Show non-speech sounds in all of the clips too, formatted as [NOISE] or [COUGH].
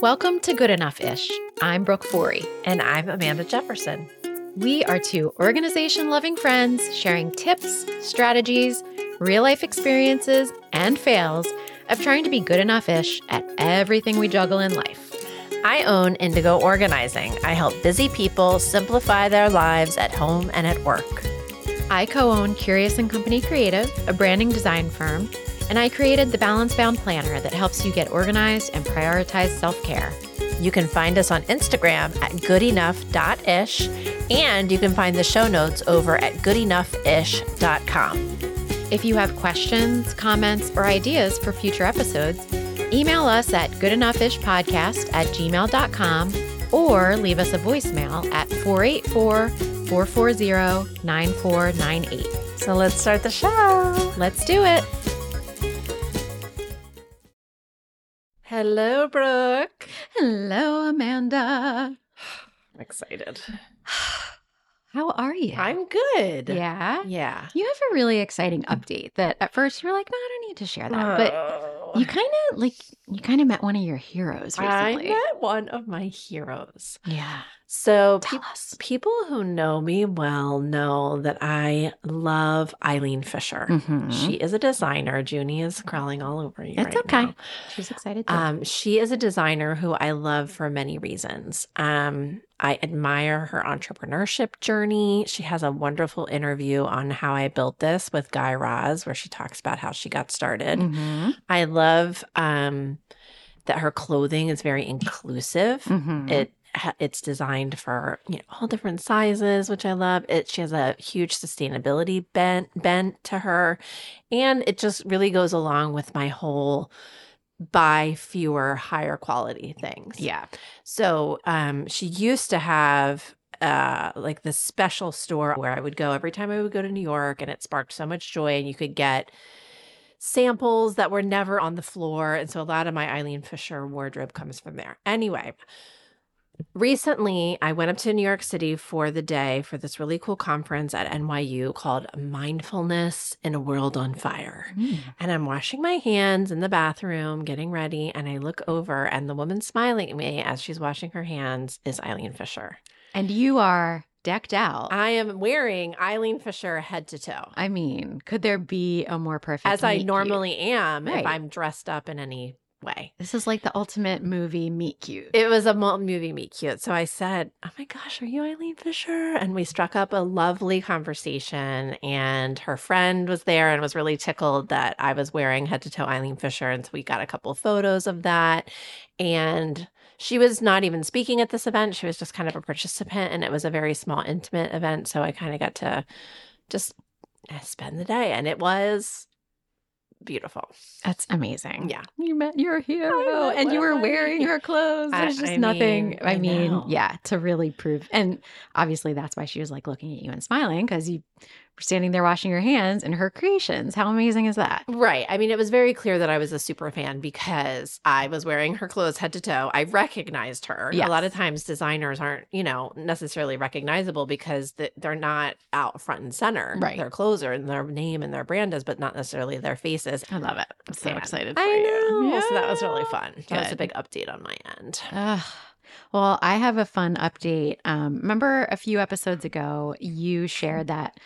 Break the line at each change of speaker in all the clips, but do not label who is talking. Welcome to Good Enough Ish. I'm Brooke Forey.
And I'm Amanda Jefferson.
We are two organization loving friends sharing tips, strategies, real life experiences, and fails of trying to be good enough ish at everything we juggle in life.
I own Indigo Organizing. I help busy people simplify their lives at home and at work.
I co own Curious and Company Creative, a branding design firm, and I created the Balance Bound Planner that helps you get organized and prioritize self care.
You can find us on Instagram at goodenoughIsh, and you can find the show notes over at goodenoughIsh.com.
If you have questions, comments, or ideas for future episodes, email us at goodenoughishpodcast at gmail.com or leave us a voicemail at 484 440 9498.
So let's start the show.
Let's do it.
Hello, Brooke.
Hello, Amanda. [SIGHS]
I'm excited.
How are you?
I'm good. Mm.
yeah.
Yeah.
You have a really exciting update that at first you're like, no, I don't need to share that. But
Oh.
you kind of like, you kind of met one of your heroes
I
recently.
met Oh. one of my heroes.
Yeah.
So
Tell
peop-
us.
people who know me well know that I love Eileen Fisher.
Mhm.
She is a designer. Junie is crawling all over you.
That's
right
okay.
now.
She's excited. Too.
Um, she is a designer who I love for many reasons. Um, I admire her entrepreneurship journey. She has a wonderful interview on how I built this with Guy Raz, where she talks about how she got started.
Mhm.
I love um, that her clothing is very inclusive
Mhm.
it ha- it's designed for you know all different sizes which i love it she has a huge sustainability bent bent to her and it just really goes along with my whole buy fewer higher quality things
yeah.
so um she used to have uh like this special store where i would go every time i would go to new york and it sparked so much joy and you could get samples that were never on the floor and so a lot of my eileen fisher wardrobe comes from there anyway recently i went up to new york city for the day for this really cool conference at nyu called mindfulness in a world on fire
Mm.
and I'm washing my hands in the bathroom, getting ready, and I look over, and the woman smiling at me as she's washing her hands is Eileen Fisher.
And you are decked out.
I am wearing Eileen Fisher head to toe,
I mean, could there be a more perfect
as I
meet cute?
normally am
Right.
if I'm dressed up in any way.
This is like the ultimate movie meet cute.
It was a mo- movie meet cute. So I said, Oh my gosh, are you Eileen Fisher? And we struck up a lovely conversation. And her friend was there and was really tickled that I was wearing head to toe Eileen Fisher. And so we got a couple photos of that. And she was not even speaking at this event. She was just kind of a participant. And it was a very small, intimate event. So I kind of got to just eh, spend the day. And it was beautiful.
That's amazing.
Yeah.
You met your hero
met
and you
my
were wearing
hero.
her clothes.
I-
There's just
I
nothing.
mean,
I
I
mean,
know.
yeah, to really prove. And obviously, that's why she was like looking at you and smiling because you were standing there washing your hands in her creations. How amazing is that?
Right. I mean, it was very clear that I was a super fan because I was wearing her clothes head to toe. I recognized her.
Yes.
A lot of times designers aren't, you know, necessarily recognizable because th- they're not out front and center.
Right.
Their clothes are and their name and their brand is, but not necessarily their faces.
I love it. I'm so
Fan.
excited for
I
you.
know. So that was really
Yeah.
fun. That was a
Good.
big update on my end.
Ugh. Well, I have a fun update. Um, remember a few episodes ago, you shared that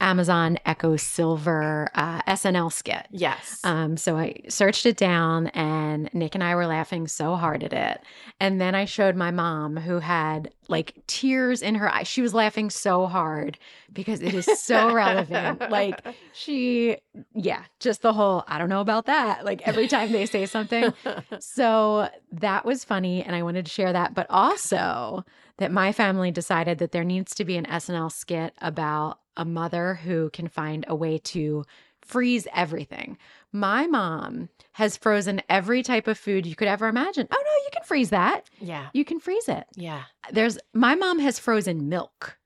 Amazon Echo Silver uh, SNL skit.
Yes.
Um, so I searched it down, and Nick and I were laughing so hard at it. And then I showed my mom, who had like tears in her eyes. She was laughing so hard because it is so relevant. Like she, yeah, just the whole I don't know about that. Like every time they say something, so that was funny, and I wanted to share that, but also that my family decided that there needs to be an SNL skit about a mother who can find a way to freeze everything. My mom has frozen every type of food you could ever imagine. Oh no, you can freeze that.
yeah.
You can freeze it.
Yeah.
There's my mom has frozen milk.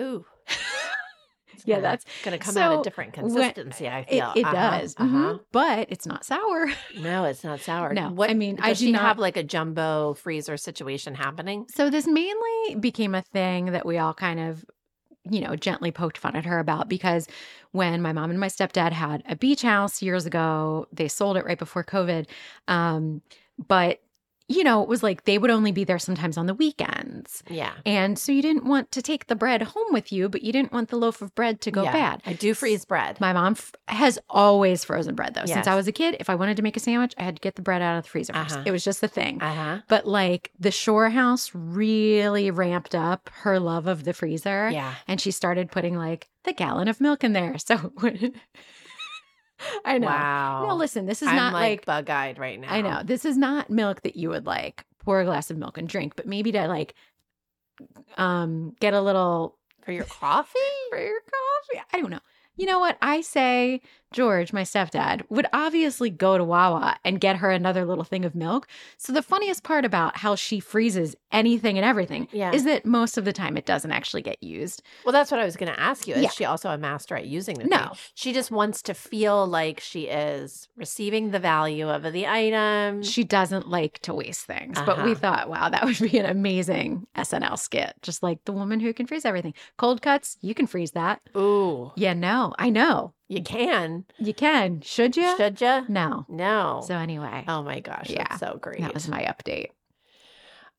Ooh. [LAUGHS] It's
Yeah,
gonna-
that's-
gonna come out
so
a different
when-
consistency. I
It,
feel
it
Uh-huh,
does,
uh-huh.
Mhm. but it's not sour. [LAUGHS]
No, it's not sour.
No,
what
I mean, I
does
do
she
not
have like a jumbo freezer situation happening?
So this mainly became a thing that we all kind of, you know, gently poked fun at her about because when my mom and my stepdad had a beach house years ago, they sold it right before COVID. Um, but you know, it was like they would only be there sometimes on the weekends.
Yeah.
And so you didn't want to take the bread home with you, but you didn't want the loaf of bread to go
Yeah.
bad.
I do freeze bread.
My mom f- has always frozen bread though.
Yes.
Since I was a kid, if I wanted to make a sandwich, I had to get the bread out of the freezer
Uh-huh.
first. It was just the thing.
Uh huh.
but like the Shore House really ramped up her love of the freezer.
Yeah.
And she started putting like the gallon of milk in there. So [LAUGHS] I know.
Wow.
No, listen, this is
I'm
not like,
like, bug eyed right now.
I know. This is not milk that you would like pour a glass of milk and drink, but maybe to like um get a little
For your coffee?
for your coffee. I don't know. You know what? I say George, my stepdad, would obviously go to Wawa and get her another little thing of milk. So the funniest part about how she freezes anything and everything
Yeah.
is that most of the time it doesn't actually get used.
well, that's what I was going to ask you. Is
Yeah.
she also a master at using this?
No.
She just wants to feel like she is receiving the value of the item.
She doesn't like to waste things. But we
Mm. Uh-huh.
thought, wow, that would be an amazing SNL skit. Just like the woman who can freeze everything. Cold cuts, you can freeze that.
Ooh.
Yeah, no, I know.
You can.
You can. Should you?
Should you?
no.
No.
So anyway,
oh my gosh.
Yeah.
That's so great.
that was my update.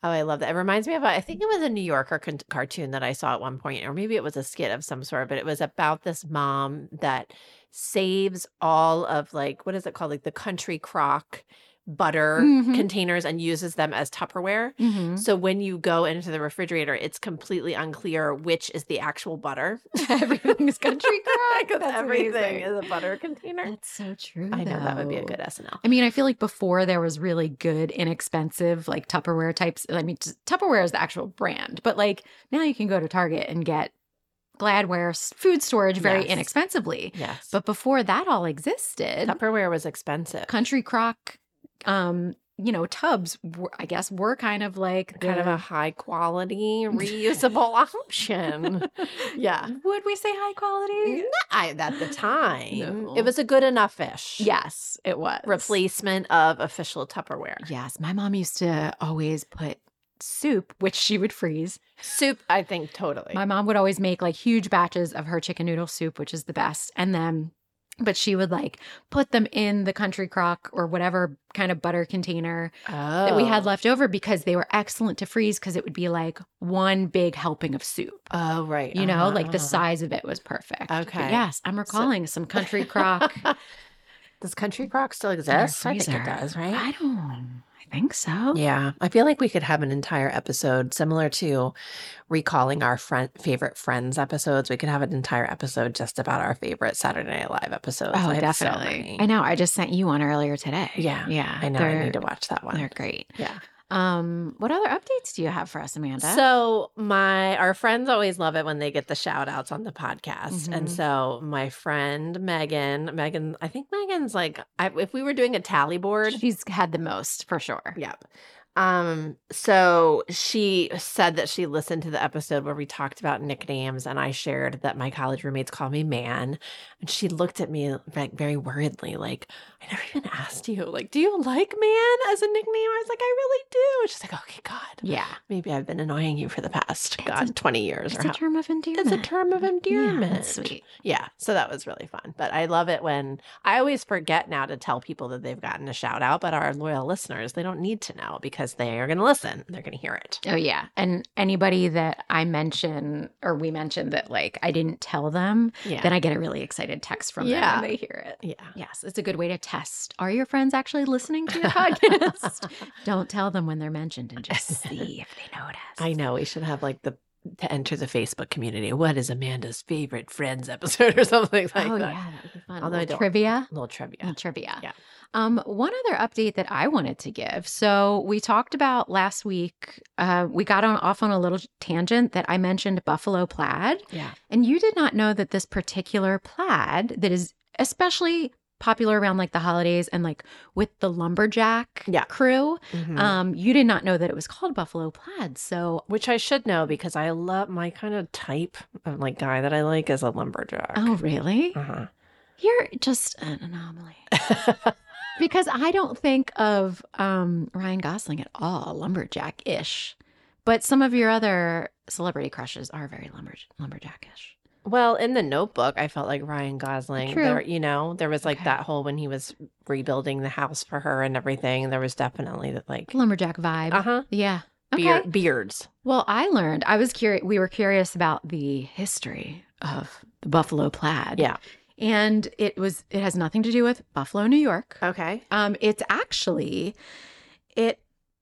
Oh, I love that. It reminds me of, a- I think it was a New Yorker con- cartoon that I saw at one point, or maybe it was a skit of some sort, but it was about this mom that saves all of like, what is it called? Like the country crock butter
Mhm.
containers and uses them as Tupperware.
Mm-hmm.
So when you go into the refrigerator, it's completely unclear which is the actual butter.
[LAUGHS] Everything is country crock. [LAUGHS]
Because
That's amazing.
everything is a butter container.
That's so true.
I know that would be a
though.
good SNL.
I mean, I feel like before there was really good, inexpensive, like Tupperware types. I mean, t- Tupperware is the actual brand, but like now you can go to Target and get Gladware s- food storage very
Yes.
inexpensively.
Yes. But
But before that all existed,
Tupperware was expensive.
country crock, um, you know, tubs, were, I guess, were kind of like
kind of a
the-
high [LAUGHS] quality reusable option. Yeah.
Would we say high quality?
I, at the time,
No.
it was a good enough fish.
Yes, it was.
Replacement of official Tupperware.
Yes, my mom used to always put soup, which she would freeze.
Soup, I think totally.
My mom would always make like huge batches of her chicken noodle soup, which is the best. And then, but she would like put them in the country crock or whatever kind of butter container that we had
Oh.
left over because they were excellent to freeze because it would be like one big helping of soup.
Oh, right.
You know, like the
Uh-huh.
size of it was perfect. But
Okay.
yes, I'm recalling some country
[LAUGHS]
crock. in
does country crock still
our
exist? I think it
freezer.
does, right?
I don't. I think so.
Yeah. I feel like we could have an entire episode similar to recalling our friend, favorite Friends episodes. We could have an entire episode just about our favorite Saturday Night Live episodes.
Oh,
I have so
definitely.
many.
I know. I just sent you one earlier today.
Yeah,
Yeah.
I know. I need to watch that one.
They're great.
Yeah.
Um, what other updates do you have for us, Amanda?
So my our friends always love it when they get the shout outs on the podcast.
Mhm.
And so my friend Megan, Megan, I think Megan's like I, if we were doing a tally board.
she's had the most for sure.
Yep. Um so she said that she listened to the episode where we talked about nicknames and I shared that my college roommates call me man and she looked at me like very worriedly like I never even asked you like do you like man as a nickname? I was like I really do. She's like okay god.
Yeah.
Maybe I've been annoying you for the past,
It's
God,
a-
20 years
It's a
or how.
term of endearment.
It's a term of
Yeah,
endearment.
that's sweet.
Yeah, So that was really fun. But I love it when I always forget now to tell people that they've gotten a shout out, but our loyal listeners, they don't need to know because they are going to listen. They're going to hear it.
Oh yeah. And anybody that I mention or we mentioned that like I didn't tell them,
Yeah.
then I get a really excited text from them
Yeah.
when they hear it.
yeah.
Yes, it's a good way to test. Are your friends actually listening to your
[LAUGHS]
podcast? Don't tell them when they're mentioned and just see if they notice.
I know [LAUGHS] we should have like the to enter the Facebook community. What is Amanda's favorite friends episode or [LAUGHS] something like
oh
that?
yeah, Mm, that would be fun.
Although I
Although
don't-
trivia.
Little trivia.
Little trivia.
Yeah.
Um, one other update that I wanted to give. So we talked about last week. Uh, we got on off on a little tangent that I mentioned buffalo plaid,
Yeah.
and you did not know that this particular plaid that is especially popular around like the holidays and like with the lumberjack
Yeah.
crew.
Mhm.
Um, you did not know that it was called buffalo plaid. So.
Which I should know because I love my kind of type of like guy that I like is a lumberjack.
Oh really?
Uh-huh.
You're just an anomaly. because I don't think of um, Ryan Gosling at all lumberjack ish, but some of your other celebrity crushes are very lumber- lumberjack ish.
[LAUGHS] Well, in the notebook, I felt like Ryan Gosling.
True.
There, you know, there was like
Okay.
that whole when he was rebuilding the house for her and everything. There was definitely that like
Lumberjack vibe.
uh huh
Yeah. Okay.
beard, beards.
Well, I learned. I was curious. We were curious about the history of the buffalo plaid.
Yeah.
And it was. It has nothing to do with Buffalo, New York.
Okay.
Um, it's actually, it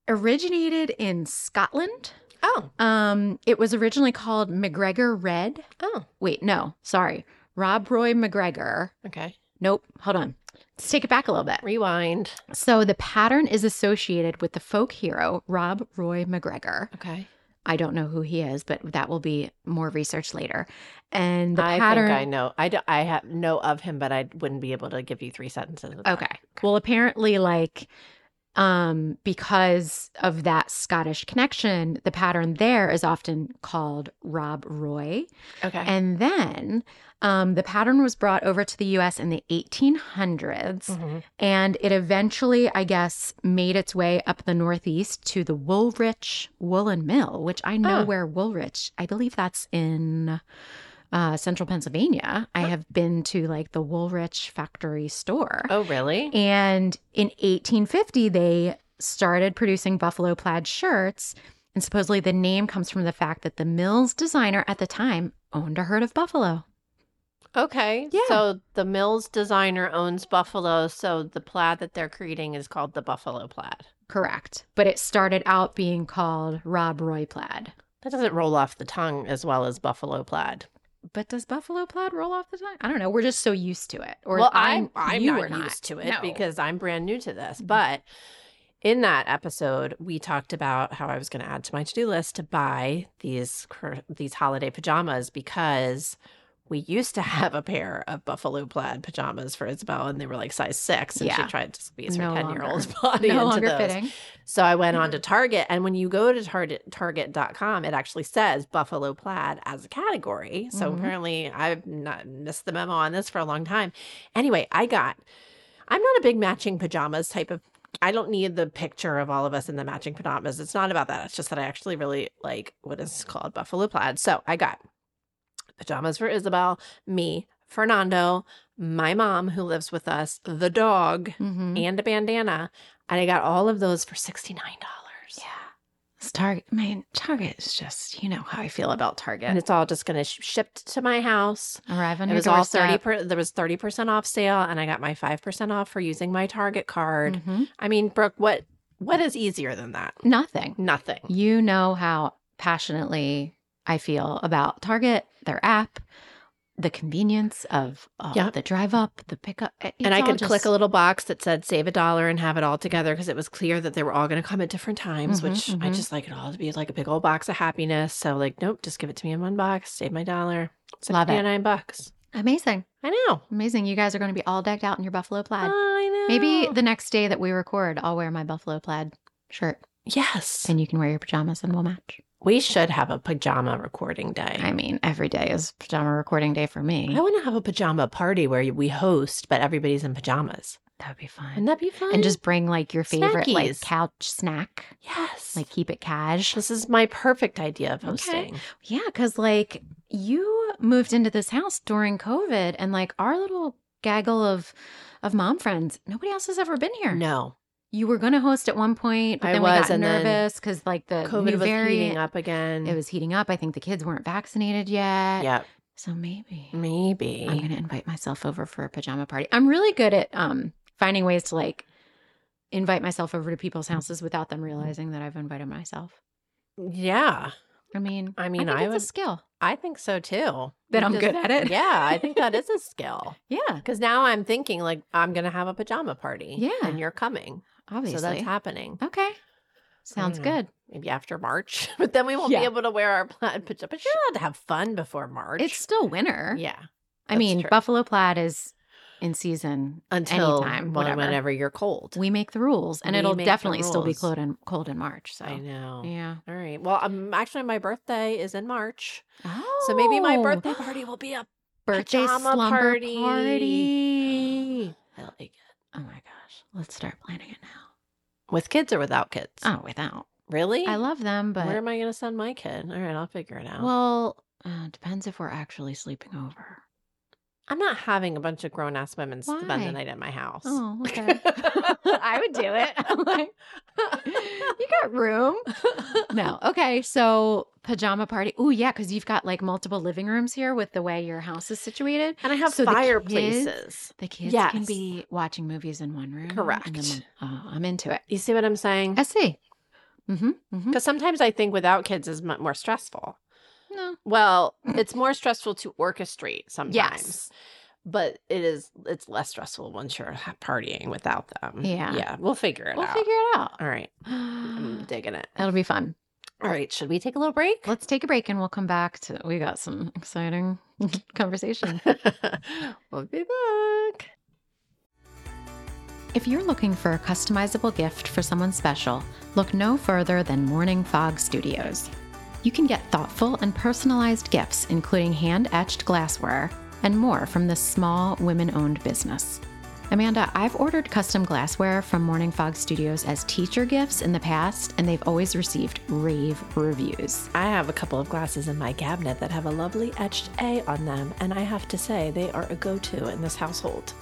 originated in Scotland.
Oh.
Um, it was originally called McGregor Red.
Oh.
Wait, no, sorry, Rob Roy McGregor.
Okay.
Nope. Hold on. Let's take it back a little bit.
Rewind.
So the pattern is associated with the folk hero Rob Roy McGregor.
Okay.
I don't know who he is, but that will be more research later. And the
I
pattern.
think I know. I do, I have know of him, but I wouldn't be able to give you three sentences. of that.
Okay. Well, apparently, like, um, because of that Scottish connection, the pattern there is often called Rob Roy.
Okay.
And then um, the pattern was brought over to the US in the 1800s.
Mhm.
And it eventually, I guess, made its way up the Northeast to the Woolrich Woolen Mill, which I know
Huh.
where Woolrich, I believe that's in uh, central Pennsylvania. I have been to like the Woolrich factory store.
Oh, really?
And in 1850, they started producing buffalo plaid shirts. And supposedly the name comes from the fact that the mill's designer at the time owned a herd of buffalo.
Okay.
Yeah.
So the Mills designer owns Buffalo, so the plaid that they're creating is called the Buffalo plaid.
Correct. But it started out being called Rob Roy plaid.
That doesn't roll off the tongue as well as Buffalo plaid.
But does buffalo plaid roll off the tongue? I don't know. We're just so used to it. Or
well,
I'm,
I'm I'm
you
not, Mm-hmm.
are not
used to it
No. [LAUGHS]
because I'm brand new to this. But in that episode, we talked about how I was going to add to my to-do list to buy these cur- these holiday pajamas because we used to [LAUGHS] have a pair of buffalo plaid pajamas for Isabel, and they were like size six, and she
Yeah.
tried to squeeze her
No
ten year [LAUGHS] old's
longer.
body
no
into
longer
those.
fitting.
So I went on to Target, and when you go to Target, Target.com, it actually says Buffalo plaid as a category. So
Mhm.
apparently, I've not missed the memo on this for a long time. Anyway, I got. I'm not a big matching pajamas type of. I don't need the picture of all of us in the matching pajamas. It's not about that. It's just that I actually really like what is called buffalo plaid. So I got pajamas for Isabel, me, Fernando, my mom who lives with us, the dog,
Mhm.
and a bandana. And I got all of those for $69.
Yeah. It's Target. Man, Target is just, you know how I feel about Target.
And it's all just going to sh- shipped to my house.
Arrive on
it
your
was all
doorstep.
30 per- there was 30% off sale and I got my 5% off for using my Target card.
Mhm.
I mean, Brooke, what what is easier than that?
Nothing.
Nothing.
You know how passionately I feel about Target, their app, the convenience of uh,
Yep.
the drive up, the pickup. It-
and
it's
I
all
could
just-
click a little box that said save a dollar and have it all together because it was clear that they were all going to come at different times,
Mhm,
which I
mhm.
just like it all to be like a big old box of happiness. So like, nope, just give it to me in one box, save my dollar.
Love it.
69 bucks.
Amazing.
I know.
Amazing. You guys are going to be all decked out in your buffalo plaid.
I know.
Maybe the next day that we record, I'll wear my buffalo plaid shirt
Yes.
and you can wear your pajamas and we'll match.
We should have a pajama recording day.
I mean, every day is pajama recording day for
I
me.
want to have a pajama party where we host, but everybody's in pajamas.
That would be
Wouldn't
fun.
that be fun?
And just bring like your favorite like
Snackies.
couch snack,
yes,
like keep it cash.
this is my perfect idea of
Okay.
hosting.
Yeah, because like you moved into this house during COVID, and like our little gaggle of of mom friends, nobody else has ever been here.
No,
You were going to host at one point, but
I
then we
was,
got
and then
nervous because like the
COVID
new
was heating
variant,
up again.
it was heating up. I think the kids weren't vaccinated yet.
yeah,
So maybe
maybe.
I'm going to invite myself over for a pajama party. I'm really good at um finding ways to like invite myself over to people's houses without them realizing that I've invited myself.
yeah,
I mean,
I mean,
think
I
it's
would-
a skill.
I think so too.
That
You
I'm good at it?
Yeah, I think that
[LAUGHS]
is a skill.
Yeah,
Because now I'm thinking like I'm gonna have a pajama party.
Yeah.
and you're coming,
obviously.
so that's happening.
Okay. Sounds
Mm.
good.
Maybe after March, [LAUGHS] but then we won't
Yeah.
be able to wear our plaid pajamas. But you're allowed to have fun before March.
It's still winter.
yeah.
I
that's
mean,
true.
buffalo plaid is in season
until
anytime,
well,
whatever.
whenever you're cold.
We make the rules, and
We
it'll
make the
definitely still be
rules.
cold in cold in March. So
I know.
yeah.
All right. Well, um, actually, my birthday is in March,
Oh,
so maybe my birthday party will be a
birthday
pajama
slumber
party.
party.
I like it.
Oh my gosh, let's start planning it now.
with kids or without kids.
Oh, without
really?
I love them, but
Where am I going to send my kid? All right, I'll figure it out.
well, Uh, depends if we're actually sleeping over.
I'm not having a bunch of grown ass women spend
Why?
the night at my house.
Oh,
[LAUGHS]
okay. [LAUGHS] I would do it. [LAUGHS] I'm like, you got room. No. Okay. So pajama party. Oh, yeah. Cause you've got like multiple living rooms here with the way your house is situated.
And I have
So the
fireplaces.
The kids can
Yes.
be watching movies in one room. and the
Correct.
mom- oh, I'm into it.
You see what I'm saying?
I see. Mm-hmm. mm-hmm.
Because sometimes I think without kids is mu more stressful.
No.
[CLEARS THROAT] Well, it's more stressful to orchestrate sometimes.
Yes.
But it is it's less stressful once you're ha- partying without them.
Yeah.
Yeah. We'll figure it
We'll
out. Mm-hmm.
figure it out.
All right. I'm [SIGHS] digging it.
That'll be fun.
All right. Should we take a little break?
Let's take a break and we'll come back to we got some exciting [LAUGHS] conversation.
[LAUGHS] we'll be back.
If you're looking for a customizable gift for someone special, look no further than Morning Fog Studios. You can get thoughtful and personalized gifts, including hand etched glassware and more from this small, women owned business. Amanda, I've ordered custom glassware from Morning Fog Studios as teacher gifts in the past, and they've always received rave reviews.
I have a couple of glasses in my cabinet that have a lovely etched A on them, and I have to say they are a go-to in this household.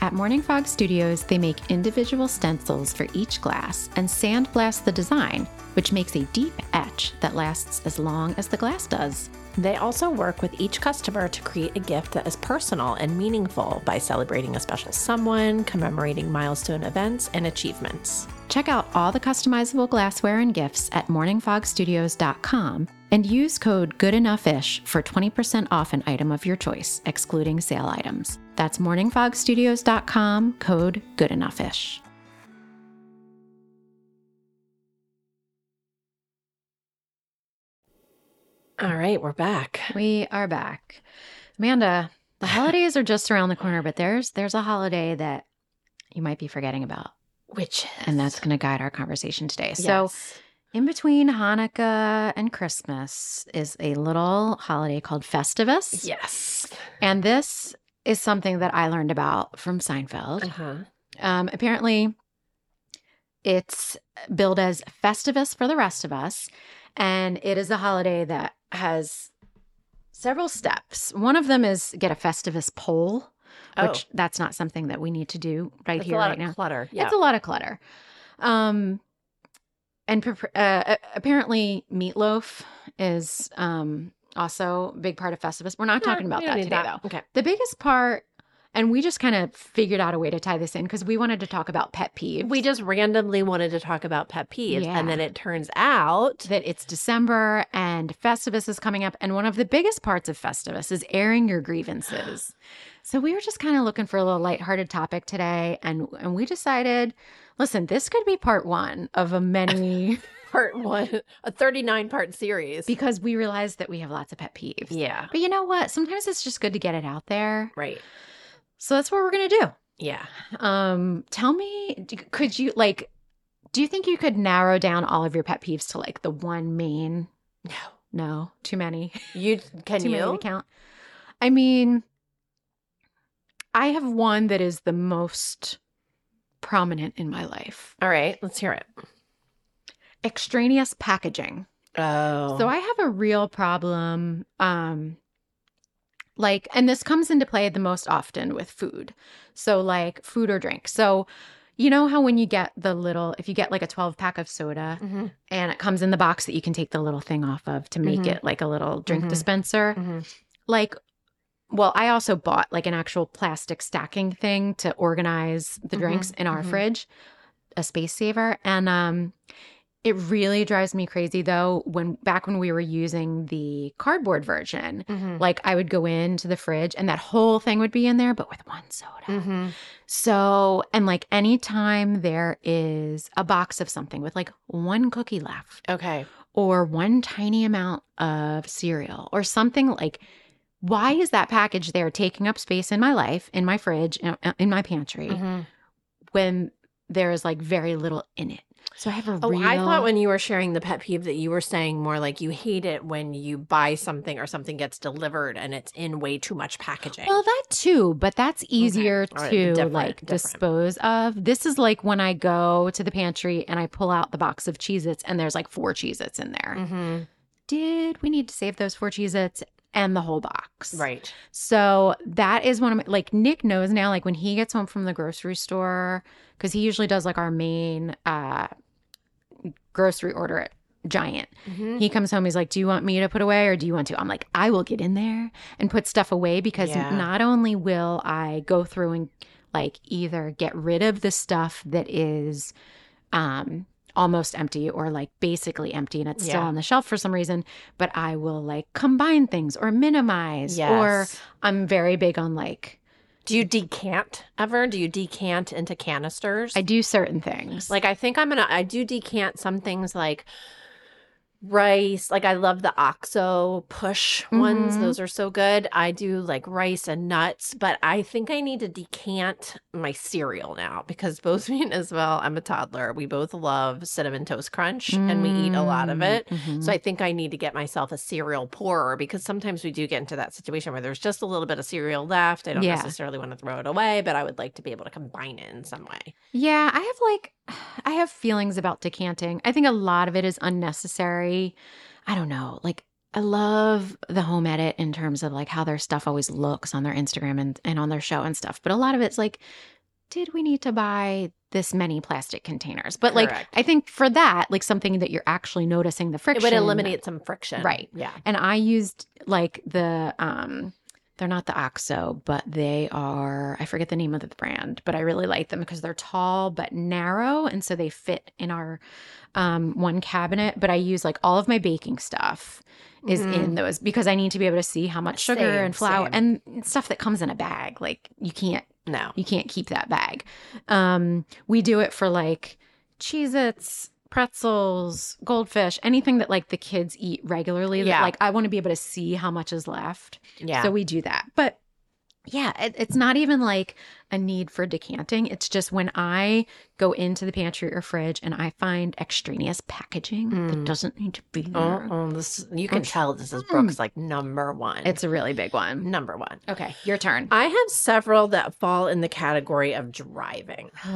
At Morning Fog Studios, they make individual stencils for each glass and sandblast the design, which makes a deep etch that lasts as long as the glass does.
They also work with each customer to create a gift that is personal and meaningful by celebrating a special someone, commemorating milestone events and achievements.
Check out all the customizable glassware and gifts at morningfogstudios.com and use code GOODENOUGHISH for 20% off an item of your choice, excluding sale items. That's morningfogstudios.com, code GOODENOUGHISH.
All right, we're back.
We are back. Amanda, the holidays are just around the corner, but there's there's a holiday that you might be forgetting about.
Witches.
And that's going to guide our conversation today. So,
Yes.
in between Hanukkah and Christmas is a little holiday called Festivus.
yes.
And this is something that I learned about from Seinfeld.
huh.
Um, apparently, it's billed as Festivus for the rest of us, and it is a holiday that has several steps. One of them is get a Festivus pole, which that's not something that we need to do right
Oh. That's
here
a lot
right
of
now.
clutter. Yeah.
It's a lot of clutter. Um, and pre- uh, apparently, meatloaf is um, also a big part of Festivus. We're not talking about that today, though.
Okay.
The biggest part, and we just kind of figured out a way to tie this in because we wanted to talk about pet peeves.
We just randomly wanted to talk about pet peeves,
Yeah.
and then it turns out
that it's December and Festivus is coming up. And one of the biggest parts of Festivus is airing your
[GASPS]
grievances. So we were just kind of looking for a little lighthearted topic today. And, and we decided listen, this could be part one of a many
[LAUGHS] [LAUGHS] part one, a 39 part series.
because we realized that we have lots of pet peeves.
yeah.
But you know what? Sometimes it's just good to get it out there.
Right.
So that's what we're going to do.
Yeah.
Um, tell me, d- could you like? Do you think you could narrow down all of your pet peeves to like the one main?
No.
No, too many. [LAUGHS]
You can
too many
you?
to count. I mean, I have one that is the most prominent in my life:
All right. Let's hear it.
extraneous packaging.
Oh.
So I have a real problem. Um, like, and this comes into play the most often with food. So, like, food or drink. So, you know how when you get the little, if you get like a 12 pack of soda
hmm
and it comes in the box that you can take the little thing off of to make
Mhm.
it like a little drink
Mhm.
dispenser?
Mm-hmm,
Like, well, I also bought like an actual plastic stacking thing to organize the
Mhm,
drinks in our
mhm.
fridge, a space saver. And um it really drives me crazy though when back when we were using the cardboard version,
mm-hmm. Mm.
like I would go into the fridge and that whole thing would be in there but with one soda.
Mm. Mm-hmm.
So, and like anytime there is a box of something with like one cookie left
Okay.
or one tiny amount of cereal or something like why is that package there taking up space in my life in my fridge in, uh, in my pantry
Mm-hmm.
when there is like very little in it so i have a
Oh,
real
I thought when you were sharing the pet peeve that you were saying more like you hate it when you buy something or something gets delivered and it's in way too much packaging.
well that too but that's easier
All right,
to
different,
like
different.
dispose of this is like when i go to the pantry and i pull out the box of cheez-its and there's like four cheez-its in there
Mhm.
did we need to save those four cheez-its and the whole box.
Right.
So that is one of my, like Nick knows now, like when he gets home from the grocery store, because he usually does like our main uh grocery order at Giant.
Mm-hmm.
He comes home, he's like, Do you want me to put away or do you want to? I'm like, I will get in there and put stuff away because
Yeah.
not only will I go through and like either get rid of the stuff that is um almost empty or like basically empty and it's still
Yeah.
on the shelf for some reason, but I will like combine things or minimize or
Yes.
I'm very big on like
do you decant ever? Do you decant into canisters?
I do certain things.
Like I think I'm gonna I do decant some things like rice. Like I love the OXO push ones.
Mhm.
Those are so good. I do like rice and nuts, but I think I need to decant my cereal now because [LAUGHS] both me and Isabel, I'm a toddler. We both love cinnamon toast crunch and we eat a lot of
Mm,
it.
mhm.
So I think I need to get myself a cereal pourer because sometimes we do get into that situation where there's just a little bit of cereal left. I don't
Yeah.
necessarily want to throw it away, but I would like to be able to combine it in some way.
Yeah, I have like [SIGHS] I have feelings about decanting. I think a lot of it is unnecessary. I don't know. Like I love the home edit in terms of like how their stuff always looks on their Instagram and, and on their show and stuff. But a lot of it's like, did we need to buy this many plastic containers? But like
Correct.
I think for that, like something that you're actually noticing the friction.
It would eliminate some friction.
Right.
Yeah.
And I used like the um they're not the OXO, but they are I forget the name of the brand, but I really like them because they're tall but narrow and so they fit in our um one cabinet, but I use like all of my baking stuff is
Mhm.
in those because I need to be able to see how much sugar
Same,
and flour
same.
and stuff that comes in a bag. Like you can't
No.
you can't keep that bag. Um, we do it for like Cheez Its, pretzels, goldfish, anything that like the kids eat regularly. That,
Yeah.
like I want to be able to see how much is left.
Yeah.
So we do that. But yeah, it, it's not even like a need for decanting. It's just when I go into the pantry or fridge and I find extraneous packaging that
Mm.
doesn't need to be there.
oh, oh, this you can tell this is
Mm.
Brooke's like number one.
It's a really big one.
number one.
Okay, your turn.
I have several that fall in the category of driving.
[SIGHS]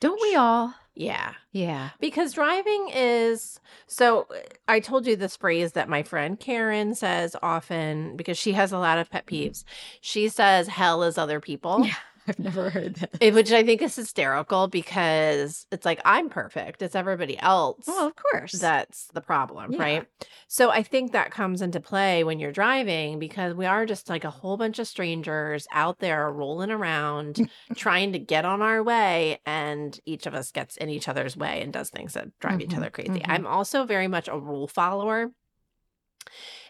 Don't we all?
Yeah.
Yeah.
Because driving is so I told you this phrase that my friend Karen says often because she has a lot of pet peeves. She says hell is other people.
Mm-hmm. Yeah. I've never heard that.
it- Which I think is hysterical because it's like I'm perfect. It's everybody else.
Well, of course.
That's the problem,
Yeah.
right? So I think that comes into play when you're driving because we are just like a whole bunch of strangers out there
[LAUGHS]
rolling around trying to get on our way and each of us gets in each other's way and does things that drive each
Mhm,
other crazy.
mhm.
I'm also very much a rule follower.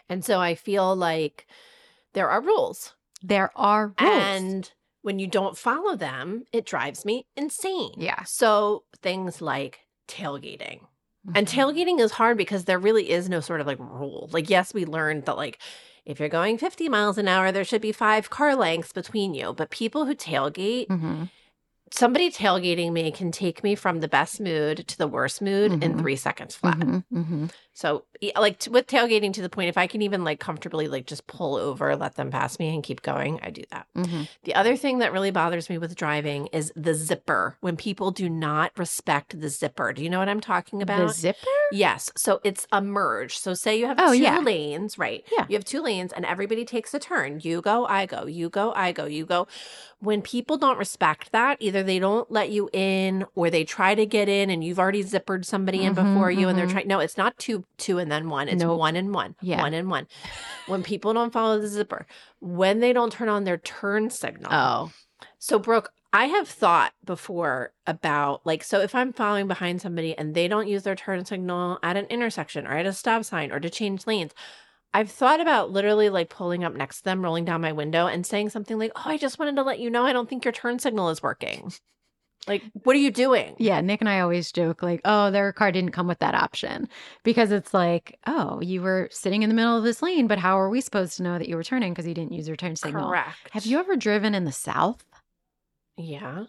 And so I feel like there are rules
there are rules.
and when you don't follow them, it drives me insane.
Yeah.
So things like tailgating.
Mm-hmm.
And tailgating is hard because there really is no sort of like rule. Like, yes, we learned that like if you're going 50 miles an hour, there should be five car lengths between you. But people who tailgate,
Mhm.
somebody tailgating me can take me from the best mood to the worst mood in
Mhm.
three seconds flat.
Mhm. Mhm.
So, e- like t- with tailgating to the point, if I can even like comfortably like just pull over, let them pass me, and keep going, I do that.
Mhm.
The other thing that really bothers me with driving is the zipper. When people do not respect the zipper, do you know what I'm talking about?
the zipper.
Yes. So it's a merge. So say you have
Oh,
two
yeah.
lanes, right?
Yeah.
You have two lanes and everybody takes a turn. You go, I go, you go, I go, you go. When people don't respect that, either they don't let you in or they try to get in and you've already zippered somebody in
Mhm,
before you and they're
mhm.
trying no, it's not two two and then one. It's
Nope.
one and one.
Yeah.
One and one. When people don't follow the zipper, when they don't turn on their turn signal.
Oh,
So, Brooke, I have thought before about like, so if I'm following behind somebody and they don't use their turn signal at an intersection or at a stop sign or to change lanes, I've thought about literally like pulling up next to them, rolling down my window and saying something like, oh, I just wanted to let you know I don't think your turn signal is working. Like, what are you doing?
yeah. Nick and I always joke like, "Oh, their car didn't come with that option," because it's like, "Oh, you were sitting in the middle of this lane, but how are we supposed to know that you were turning because you didn't use your turn signal?"
Correct.
Have you ever driven in the South?
Yeah.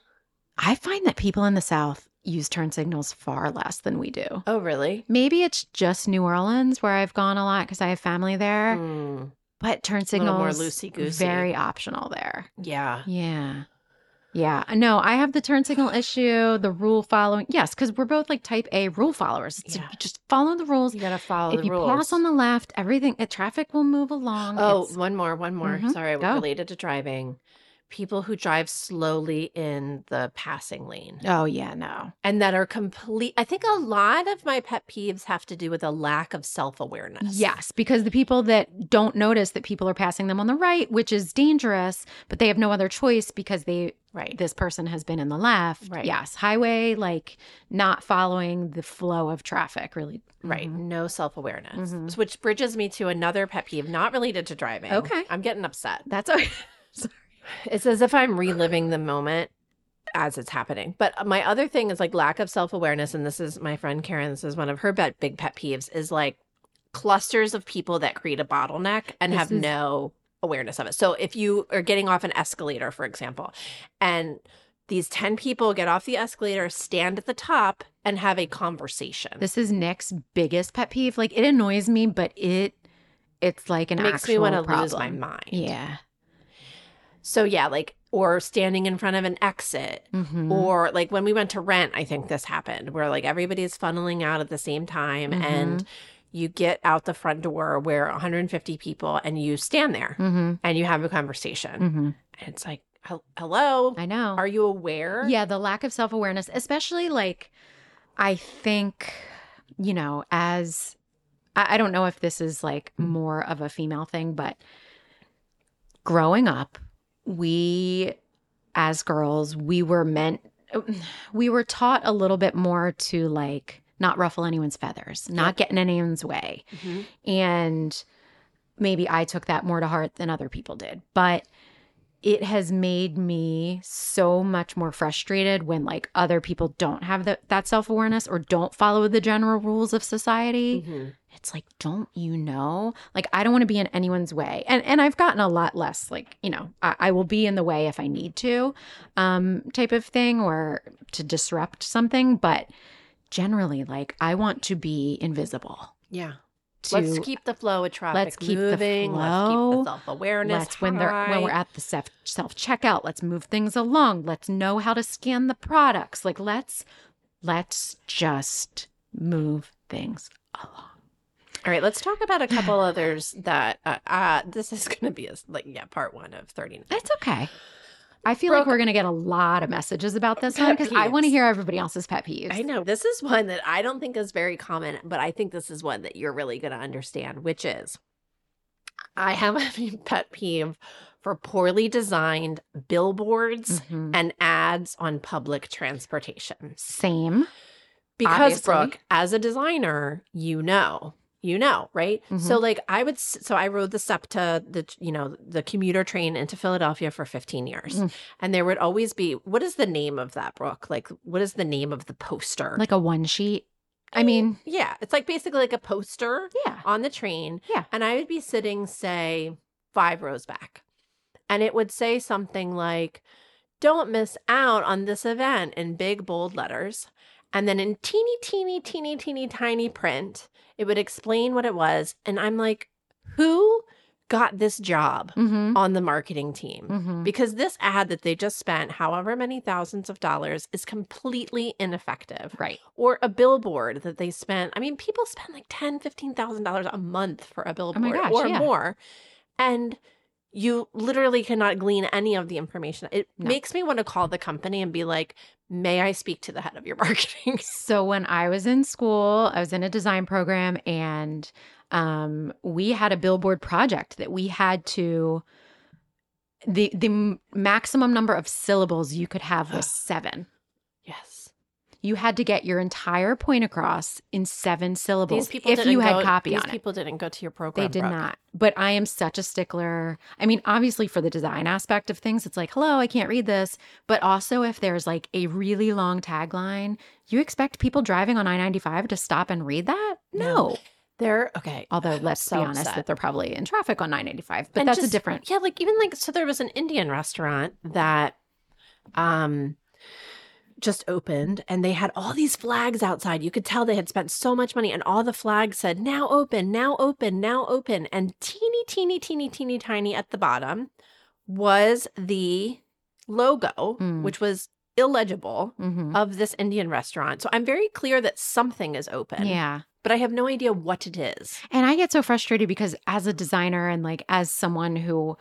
I find that people in the South use turn signals far less than we do.
Oh, really?
Maybe it's just New Orleans where I've gone a lot because I have family there,
Mm,
but turn
little
signals
more loosey-goosey.
very optional there.
yeah.
Yeah. Yeah. Uh, No, I have the turn signal issue, the rule following. Yes, because we're both like type A rule followers. It's
Yeah.
just follow the rules.
You gotta follow
if
the
you
rules.
pass on the left, everything, uh, traffic will move along.
Oh,
It's-
one more, one more.
Mhm,
Sorry,
go.
related to driving. People who drive slowly in the passing lane
oh yeah, no.
and that are complete. I think a lot of my pet peeves have to do with a lack of self awareness.
Yes, because the people that don't notice that people are passing them on the right, which is dangerous, but they have no other choice because they
Right.
this person has been in the left.
Right.
Yes, highway like not following the flow of traffic really.
Right.
Mhm.
No self awareness,
Mhm.
which bridges me to another pet peeve, not related to driving.
Okay.
I'm getting upset.
That's
[LAUGHS]
okay.
It's as if I'm reliving the moment as it's happening. But my other thing is like lack of self awareness. And this is my friend Karen, this is one of her bet- big pet peeves is like clusters of people that create a bottleneck and
This
have
is-
no awareness of it. So if you are getting off an escalator, for example, and these 10 people get off the escalator, stand at the top, and have a conversation.
This is Nick's biggest pet peeve. Like it annoys me, but it it's like an
makes
actual
me want to
problem.
lose my mind.
Yeah.
So yeah, like or standing in front of an exit
Mhm.
or like when we went to rent i think this happened where like everybody's funneling out at the same time
Mm-hmm.
and you get out the front door where 150 people and you stand there
Mhm.
and you have a conversation
Mhm.
and it's like "Hel- hello
I know.
are you aware
Yeah, the lack of self awareness, especially like, I think, you know, as I, I don't know if this is like more of a female thing, but growing up, we as girls, we were meant, [SIGHS] we were taught a little bit more to like not ruffle anyone's feathers, not get in anyone's way.
Mhm.
And maybe I took that more to heart than other people did. But it has made me so much more frustrated when like other people don't have the, that self-awareness or don't follow the general rules of society.
Mhm.
It's like, don't you know? Like I don't want to be in anyone's way. And and I've gotten a lot less like, you know, I, I will be in the way if I need to, um, type of thing or to disrupt something. But generally, like I want to be invisible.
yeah
To
let's keep the flow of traffic
let's keep the
moving let's keep
flow.
the self-awareness
Let's when they're when we're
high.
at the self self checkout. Let's move things along. Let's know how to scan the products. Like let's let's just move things along.
all right let's talk about a couple others that uh, uh this is gonna be a like yeah part one of 39
That's okay. I feel like
Brooke-
we're gonna get a lot of messages about this
Pet
one because I want to
peeves.
hear everybody else's pet peeves.
I know. This is one that I don't think is very common, but I think this is one that you're really going to understand, which is I have a [LAUGHS] pet peeve for poorly designed billboards
Mhm.
and ads on public transportation.
Same.
Because,
Obviously.
Brooke, as a designer, you know. You know, right?
Mm-hmm.
So, like, I would, s- so I rode the SEPTA, the, you know, the commuter train into Philadelphia for 15 years.
Mm.
And there would always be, what is the name of that, Brooke? Like, what is the name of the poster?
Like a one sheet. I mean,
Yeah, it's like basically like a poster
yeah.
on the train.
Yeah.
And I would be sitting, say, five rows back. And it would say something like, don't miss out on this event in big bold letters. And then in teeny, teeny, teeny, teeny, tiny print, it would explain what it was. And I'm like, who got this job
Mm-hmm.
on the marketing team?
Mm-hmm.
Because this ad that they just spent however many thousands of dollars is completely ineffective
Right.
or a billboard that they spent. I mean, people spend like ten, fifteen thousand dollars a month for a billboard
Oh gosh,
or
yeah.
more, and you literally cannot glean any of the information. It
No.
makes me want to call the company and be like, "May I speak to the head of your [LAUGHS] marketing?"
So when I was in school, I was in a design program and um, we had a billboard project that we had to the the m- maximum number of syllables you could have
[SIGHS]
was 7.
yes,
You had to get your entire point across in 7 syllables
these people.
if
didn't
you had
go-
copy
these
on it.
people didn't go to your program.
They did
Brooke.
not. But I am such a stickler. I mean, obviously for the design aspect of things, it's like, hello, I can't read this. But also if there's like a really long tagline, you expect people driving on I-95 to stop and read that?
No.
No.
They're okay.
Although let's
So
be honest
upset.
that they're probably in traffic on 985. But
And
that's
just-
a different
Yeah, like even like so there was an Indian restaurant that um just opened and they had all these flags outside. You could tell they had spent so much money and all the flags said now open, now open, now open and teeny teeny teeny teeny tiny at the bottom was the logo,
Mm.
which was illegible,
hmm
of this Indian restaurant. So I'm very clear that something is open,
Yeah.
but I have no idea what it is.
And I get so frustrated because as a designer and like as someone who,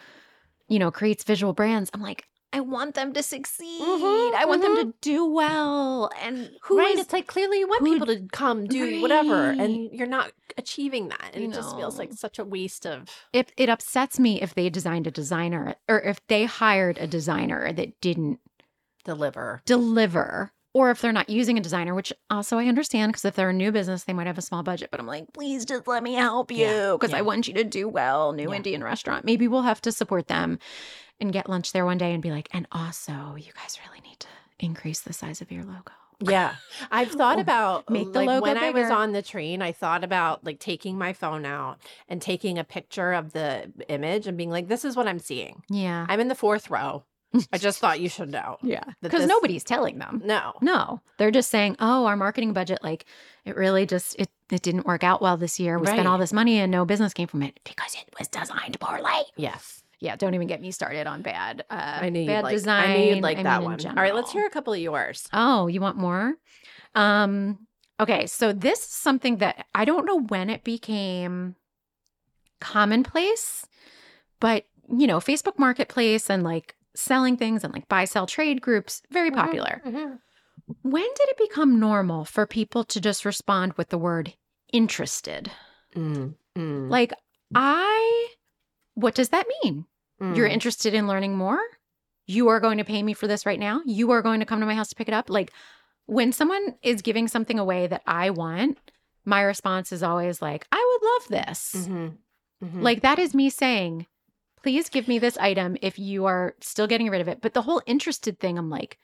you know, creates visual brands, I'm like, I want them to succeed. I want them to do well. And who
Mm-hmm. right?
is-
it's like clearly you want
who-
people to come do whatever,
Right.
and you're not achieving that. And
You
it just feels
know.
like such a waste of.
it, it upsets me if they designed a designer or if they hired a designer that didn't
deliver.
deliver or if they're not using a designer which also i understand because if they're a new business they might have a small budget but i'm like please just let me help you
Yeah,
because
yeah.
i want you to do well new
Yeah.
indian restaurant maybe we'll have to support them and get lunch there one day and be like and also you guys really need to increase the size of your logo
Yeah. [LAUGHS] Oh, I've thought
Or
about
make the
like
logo
when I was
bigger.
on the train, I thought about like taking my phone out and taking a picture of the image and being like, this is what I'm seeing.
yeah
I'm in the fourth row. I just thought you should [LAUGHS] know.
yeah
That
because
this-
nobody's telling them
No.
no they're just saying oh our marketing budget like it really just it, it didn't work out well this year we
Right.
spent all this money and no business came from it because it was designed poorly
Yes.
yeah, don't even get me started on bad. Uh,
I knew you'd
bad
like,
design.
I knew you'd like
I
that
mean, in
one. All right, let's
general.
hear a couple of yours.
Oh, you want more? Um, okay, so this is something that I don't know when it became commonplace, but you know, Facebook Marketplace and like selling things and like buy sell trade groups very
Mhm.
popular. When did it become normal for people to just respond with the word interested?
Mm, mm,
Like, I, what does that mean? You're
mm.
interested in learning more? You are going to pay me for this right now? You are going to come to my house to pick it up? Like when someone is giving something away that I want, my response is always like, I would love this.
Mhm, mhm.
Like that is me saying, please give me this item if you are still getting rid of it. But the whole interested thing, I'm like,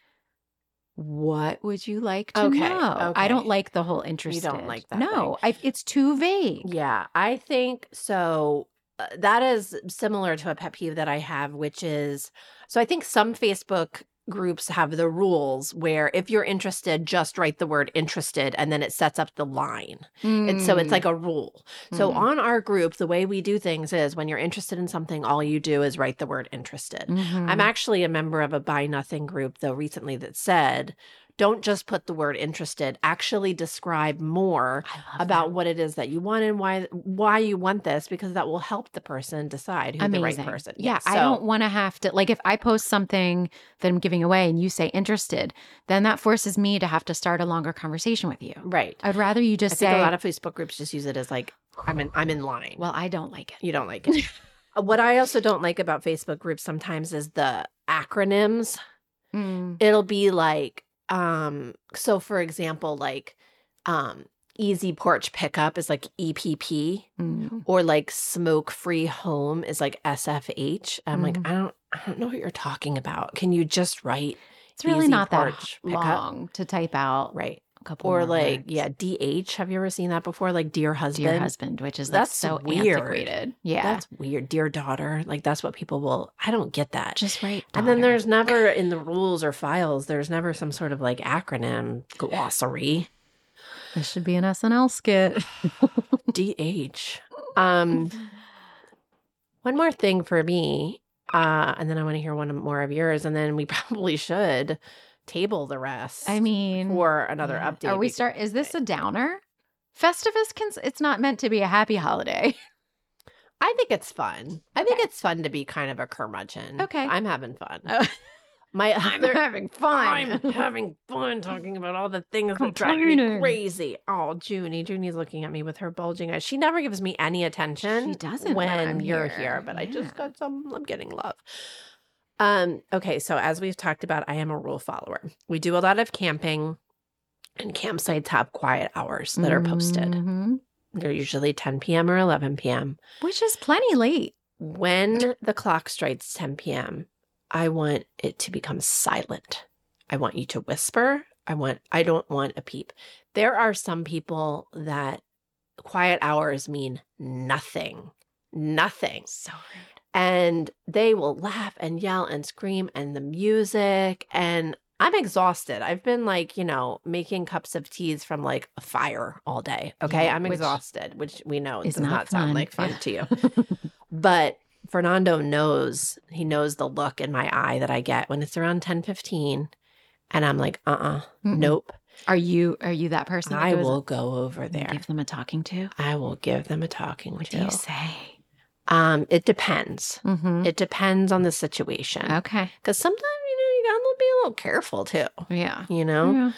what would you like to
Okay,
know? I don't
okay.
like the whole interested.
like that
No, I, it's too vague.
Yeah, I think so. uh, That is similar to a pet peeve that I have, which is so I think some Facebook groups have the rules where if you're interested, just write the word interested and then it sets up the line. And so it's
Mm,
like a rule. So
mm,
on our group, the way we do things is when you're interested in something, all you do is write the word interested.
mhm.
I'm actually a member of a buy nothing group though recently that said, don't just put the word interested, actually describe more
I love that.
about what it is that you want and why why you want this because that will help the person decide who's the right person.
Yeah, I don't want to have to like if I post something that I'm giving away and you say interested, then that forces me to have to start a longer conversation with you.
right.
I'd rather you
I
just
think
say,
a lot of Facebook groups just use it as like I'm in I'm in line.
"Well, I don't like it."
you
[LAUGHS]
don't like it. Uh, what I also don't like about Facebook groups sometimes is the acronyms.
Mm.
It'll be like um so for example like um easy porch pickup is like E EPP.
Mm.
or like smoke free home is like SFH. I'm like,
Mhm.
I don't I don't know what you're talking about. Can you just write
It's really
easy
not that
porch pickup?
long to type out
right?
a couple
Or
more
like
words.
yeah, DH. Have you ever seen that before? Like dear husband.
dear husband, which is
That's
that's so
weird.
antiquated. Yeah.
That's weird. Dear daughter. Like that's what people will I don't get that.
just right.
and then
daughter.
there's never in the rules or files, there's never some sort of like acronym glossary.
this should be an SNL skit.
DH. Um One more thing for me, uh, and then I want to hear one more of yours, and then we [LAUGHS] probably should table the
[LAUGHS]
rest.
I mean,
for another
Yeah.
update.
Are we
bec-
start? Is this a downer? Festivus can. It's not meant to be a happy
[LAUGHS]
holiday.
I think it's fun. I think it's fun to be kind of a curmudgeon.
Okay.
I'm having fun. [LAUGHS]
Oh.
My
[LAUGHS]
other.
having fun.
I'm having fun talking about all the things that drive me
Complaining.
crazy. Oh, Junie. Junie's looking at me with her bulging eyes. She never gives me any attention.
She doesn't
when,
when I'm
you're here,
here.
but I just
Yeah.
got some. I'm getting love. Um. Okay. So as we've talked about, I am a rule follower. We do a lot of camping, and campsites have quiet hours that are posted.
Mhm.
They're usually 10 p.m. or 11 p.m.
which is plenty late.
When the clock strikes 10 p.m., I want it to become silent. I want you to whisper. I want I don't want a peep. There are some people that quiet hours mean nothing. Nothing.
So rude.
And they will laugh and yell and scream and the music and I'm exhausted. I've been like, you know, making cups of teas from like a fire all day. Okay.
Yeah,
I'm
which
exhausted, which we know
is
does not,
not [LAUGHS]
sound
fun.
like fun
Yeah.
to you but Fernando knows, he knows the look in my eye that I get when it's around 10 15. And I'm like, uh uh
Mm-mm.
nope.
Mm-hmm. Are you are you that person? that
I
goes,
will go over
"You
there.
Give them a talking to.
I will give them a talking
What
to.
do you say?
Um, it depends.
Mm-hmm.
It depends on the situation. Because [LAUGHS]
Okay.
sometimes, you know, you gotta be a little careful too,
Yeah.
you know?
Yeah.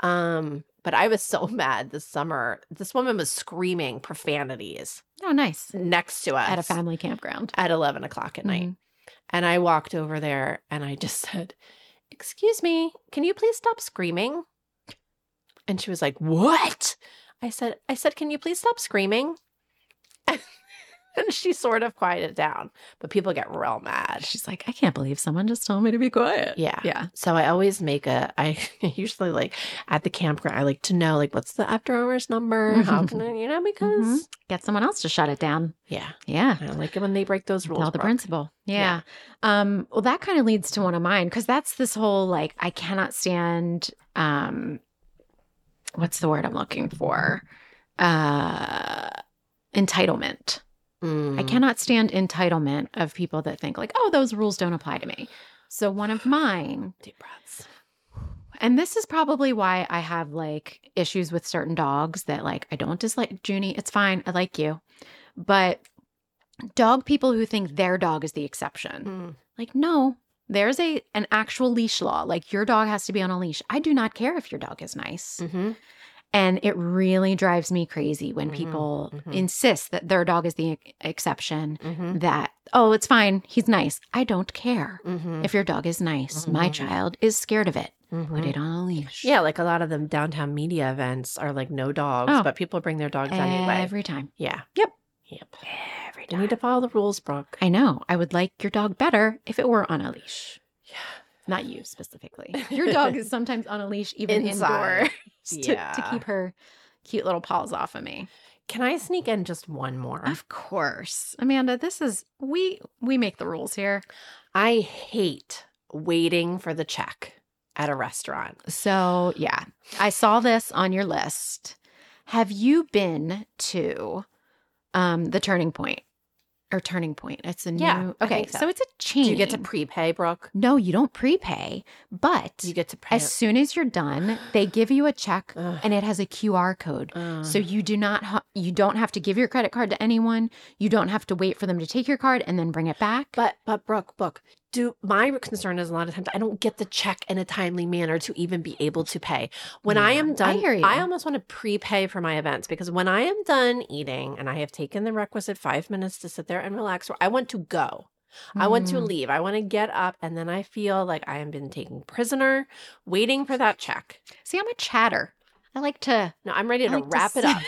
Um, but I was so [LAUGHS] mad this summer. This woman was screaming profanities
Oh, nice.
next to us
At a family campground
at 11 o'clock at night.
Mhm.
And I walked over there and I just [LAUGHS] said, Excuse me, can you please stop screaming? And she was like, What? I said, I said, Can you please stop screaming? [LAUGHS] and she sort of quieted down, but people get real mad.
She's like, I can't believe someone just told me to be quiet.
Yeah.
Yeah.
So I always make a, [LAUGHS] I usually like at the campground, I like to know like what's the after hours number? How can
[LAUGHS]
I,
Mm-hmm.
you know, because
Get someone else to shut it down.
yeah,
Yeah.
I don't like it when they break those rules.
Tell the
Brooke.
principal. Yeah. Um, well, that kind of leads to one of mine because that's this whole like, I cannot stand um, what's the word I'm looking for? Uh, entitlement. I
Mm.
cannot stand entitlement of people that think like, oh, those rules don't apply to me. So one of mine
Deep breaths.
And this is probably why I have like issues with certain dogs that like I don't dislike Junie, it's fine, I like you. But dog people who think their dog is the exception.
Mm.
Like no, there's a an actual leash law. Like your dog has to be on a leash. I do not care if your dog is nice.
Mm-hmm.
And it really drives me crazy when
Mhm,
people
mhm.
insist that their dog is the e- exception
Mm-hmm.
that oh, it's fine, he's nice. I don't care.
Mm-hmm.
If your dog is nice, my
Mhm.
child is scared of it. Put
Mhm.
it on a leash.
Yeah, like a lot of them downtown media events are like no dogs,
Oh.
but people bring their dogs anyway.
Every time.
Yeah.
Yep.
Yep.
Every
You need to follow the rules, Brooke.
I know. I would like your dog better if it were on a leash.
Yeah.
Not you specifically. Your dog
[LAUGHS]
is sometimes on a leash, even [LAUGHS]
Inside.
indoors, to, to
Yeah.
keep her cute little paws off of me.
Can I sneak in just one more?
Of course, Amanda. This is we we make the rules here.
I hate waiting for the check at a restaurant.
So yeah, I saw this on your list. Have you been to um the Turning Point or Turning Point? It's a new.
Yeah, I
okay,
think
so.
so.
it's a chain.
Do you get to prepay, Brooke?
No, you don't prepay, but
You get to pay.
as soon as you're done, they give you a check
Ugh.
and it has a QR code.
Ugh.
So you do not ha- you don't have to give your credit card to anyone. You don't have to wait for them to take your card and then bring it back.
But but Brooke, Brooke, do my concern is a lot of times I don't get the check in a timely manner to even be able to pay. When I
Yeah,
am
I
done,
hear you.
almost want to prepay for my events because when I am done eating and I have taken the requisite five minutes to sit there and relax, I want to go. I want to
Mm.
leave. I want to get up, and then I feel like I have been taken prisoner, waiting for that check.
See, I'm a chatter. I like to
No, I'm ready
I
to
like to
wrap
sit-
it
[LAUGHS]
up.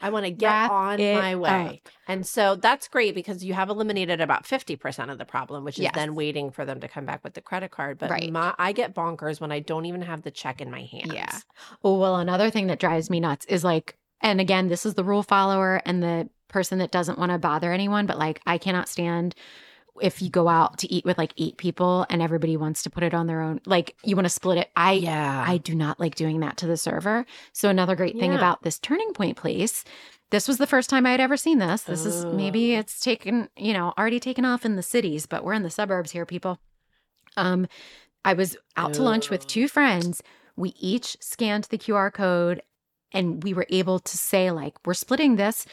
I want to get
Wrap
on
it
my way. And so that's great because you have eliminated about 50% of the problem, which is
Yes.
then waiting for them to come back with the credit card. But
Right.
my, I get bonkers when I don't even have the check in my hands.
Yeah. Oh, well, another thing that drives me nuts is like, and again, this is the rule follower and the person that doesn't want to bother anyone, but like, I cannot stand if you go out to eat with like eight people and everybody wants to put it on their own. Like, you want to split it. I,
Yeah.
I do not like doing that to the server. So, another great thing
Yeah.
about this turning point place. This was the first time I had ever seen this. This is maybe
Oh.
it's taken, you know, already taken off in the cities, but we're in the suburbs here, people. Um, I was out to lunch with
Oh.
two friends. We each scanned the QR code and we were able to say, like, we're splitting this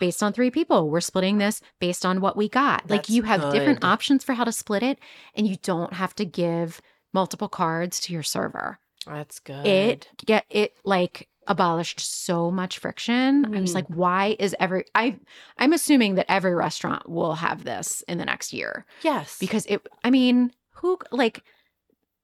based on three people. We're splitting this based on what we got. like,
That's
you have different
good.
options for how to split it, and you don't have to give multiple cards to your server.
that's good.
It get it like abolished so much friction. I'm just
Mm.
like, why is every I I'm assuming that every restaurant will have this in the next year
yes.
because it i mean who like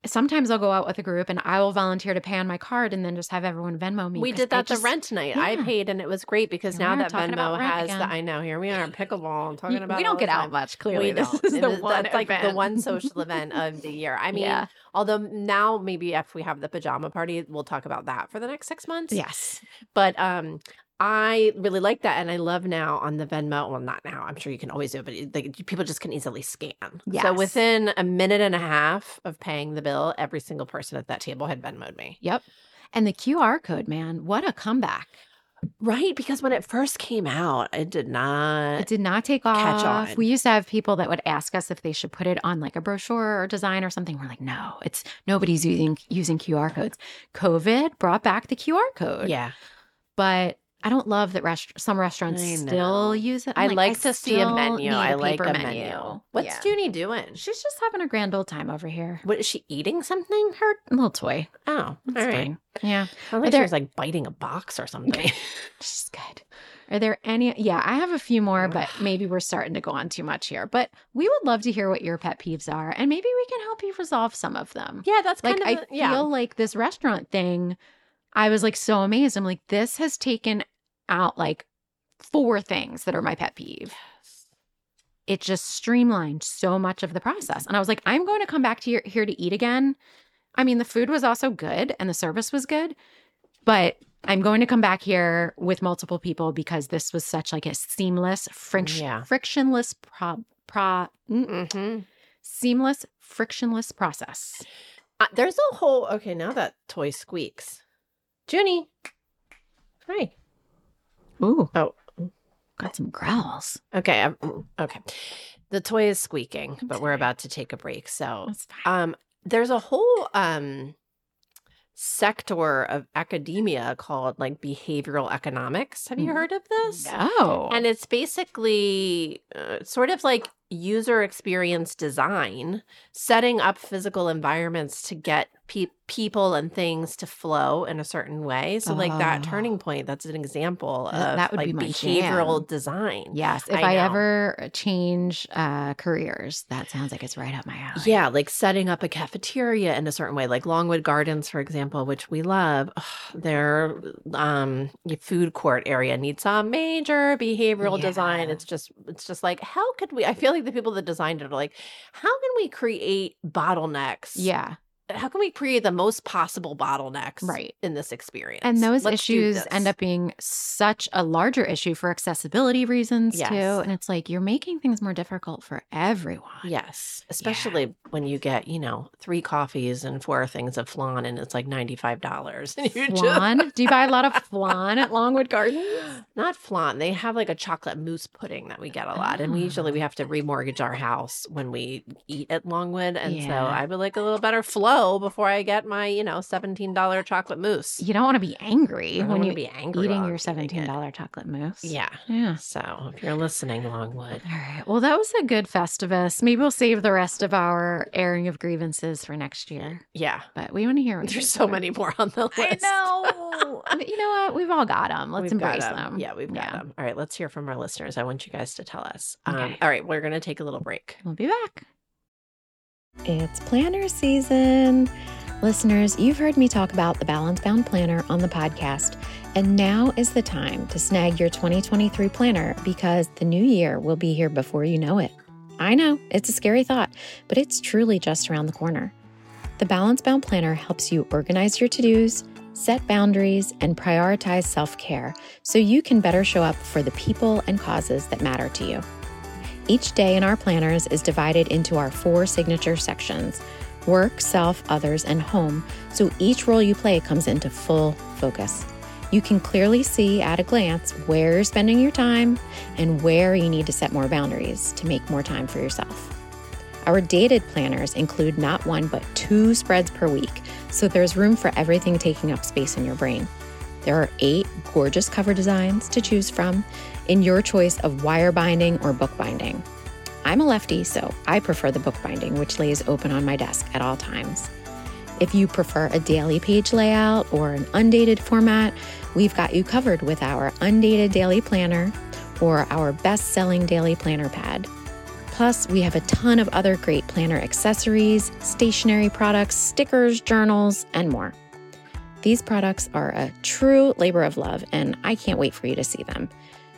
sometimes i'll go out with a group and i will volunteer to pay on my card and then just have everyone venmo me
we
'cause
did
I
that the
just-
rent night. I
Yeah.
paid and it was great because
Here
now
we are
that
talking about
Venmo
rent
has the,
again.
I know, here we are in pickleball and talking
we-
about
we
all
don't
the
get out
time.
much
We
clearly this
[LAUGHS] don't.
is
And
the
it-
one
that's like the
event.
one
[LAUGHS]
social event of the year. I mean,
Yeah.
Although now maybe if we have the pajama party, we'll talk about that for the next six months.
yes
But um I really like that and I love now on the Venmo. Well, not now. I'm sure you can always do it, but it- like, people just can easily scan. So
Yes.
within a minute and a half of paying the bill, every single person at that table had Venmoed me.
yep and the qr code man what a comeback
Right, because when it first came out, it did not.
It did not take
Catch
off.
on.
We used to have people that would ask us if they should put it on like a brochure or design or something. We're like, no, it's nobody's using using QR codes. COVID brought back the QR code.
yeah,
But I don't love that rest- some restaurants
I know.
still use it. I'm
I like, to see a
still
menu.
need
I like
paper
a menu. What's
Yeah.
Junie doing?
She's just having a grand old time over here.
What is she eating? Something? Her?
A little toy.
Oh,
It's
all right.
fine. Yeah.
I
Are
like she
there-
was like biting a box or something.
She's good. Are there any? Yeah, I have a few more,
Ugh.
but maybe we're starting to go on too much here. But we would love to hear what your pet peeves are, and maybe we can help you resolve some of them.
[LAUGHS] yeah, that's
Like, I
kind of
feel
a- yeah.
like this restaurant thing, I was like so amazed. I'm like, this has taken out like four things that are my pet peeve. It just streamlined so much of the process. And I was like, I'm going to come back to your, here to eat again. I mean, the food was also good and the service was good, but I'm going to come back here with multiple people because this was such like a seamless, friction,
Yeah.
frictionless pro, pro, mm,
hmm
seamless, frictionless process.
Uh, there's a whole. Okay, now that toy squeaks. Junie. Hi.
Ooh.
Oh.
Got some growls.
Okay. I'm, mm, okay. The toy is squeaking, but we're about to take a break. So,
That's fine.
um, there's a whole um sector of academia called like behavioral economics. Have you
Mm.
heard of this?
No.
Um, And it's basically uh, sort of like user experience design, setting up physical environments to get pe- people and things to flow in a certain way. So, like that
Oh.
turning point, that's an example of
Th- that would
like
be my
behavioral
jam.
design.
yes, if
I
I,
know.
ever change uh, careers, that sounds like it's right up my alley.
Yeah, like setting up a cafeteria in a certain way, like Longwood Gardens, for example, which we love. Ugh, their um, food court area needs some major behavioral design.
Yeah.
It's just, it's just like, how could we? I feel like the people that designed it are like, how can we create bottlenecks?
Yeah,
how can we create the most possible bottlenecks?
right.
in this experience,
And those
Let's do
issues end
this.
up being such a larger issue for accessibility reasons
Yes.
too. And it's like you're making things more difficult for everyone.
[LAUGHS] Yes, especially when you get, you know, three coffees and four things of flan and it's like $95. [LAUGHS] And you just-
Flan. Do you buy a lot of flan at Longwood Gardens?
[GASPS] not flan. They have like a chocolate mousse pudding that we get a lot, and we usually
Oh.
we have to remortgage our house when we eat at Longwood, and so
Yeah.
I would like a little better flow before I get my you know seventeen dollar chocolate mousse.
You don't want to be angry
I don't
when
wanna
you're
be angry
eating
while
your
I'm eating
seventeen
it.
dollar chocolate mousse.
Yeah.
Yeah.
So if you're listening, Longwood,
All right. Well, that was a good festivus. Maybe we'll save the rest of our airing of grievances for next year.
yeah,
But we want to hear. what
[LAUGHS]
[LAUGHS]
there's
yours
so
are.
many more on the list.
I know. But you know what? We've all got them. Let's
We've got
embrace
'em.
them.
Yeah, we've got them. All right, let's hear from our listeners. I want you guys to tell us. Um,
Okay.
all right, we're going to take a little break.
We'll be back. It's planner season. Listeners, you've heard me talk about the Balance Bound Planner on the podcast, and now is the time to snag your 2023 planner because the new year will be here before you know it. I know, it's a scary thought, but it's truly just around the corner. The Balance Bound Planner helps you organize your to dos, set boundaries, and prioritize self care so you can better show up for the people and causes that matter to you. Each day in our planners is divided into our four signature sections work, self, others, and home, so each role you play comes into full focus. You can clearly see at a glance where you're spending your time and where you need to set more boundaries to make more time for yourself. Our dated planners include not one but two spreads per week, so there's room for everything taking up space in your brain. There are eight gorgeous cover designs to choose from in your choice of wire binding or book binding. I'm a lefty, so I prefer the book binding, which lays open on my desk at all times. If you prefer a daily page layout or an undated format, we've got you covered with our undated daily planner or our best selling daily planner pad. Plus, we have a ton of other great planner accessories, stationery products, stickers, journals, and more. These products are a true labor of love, and I can't wait for you to see them.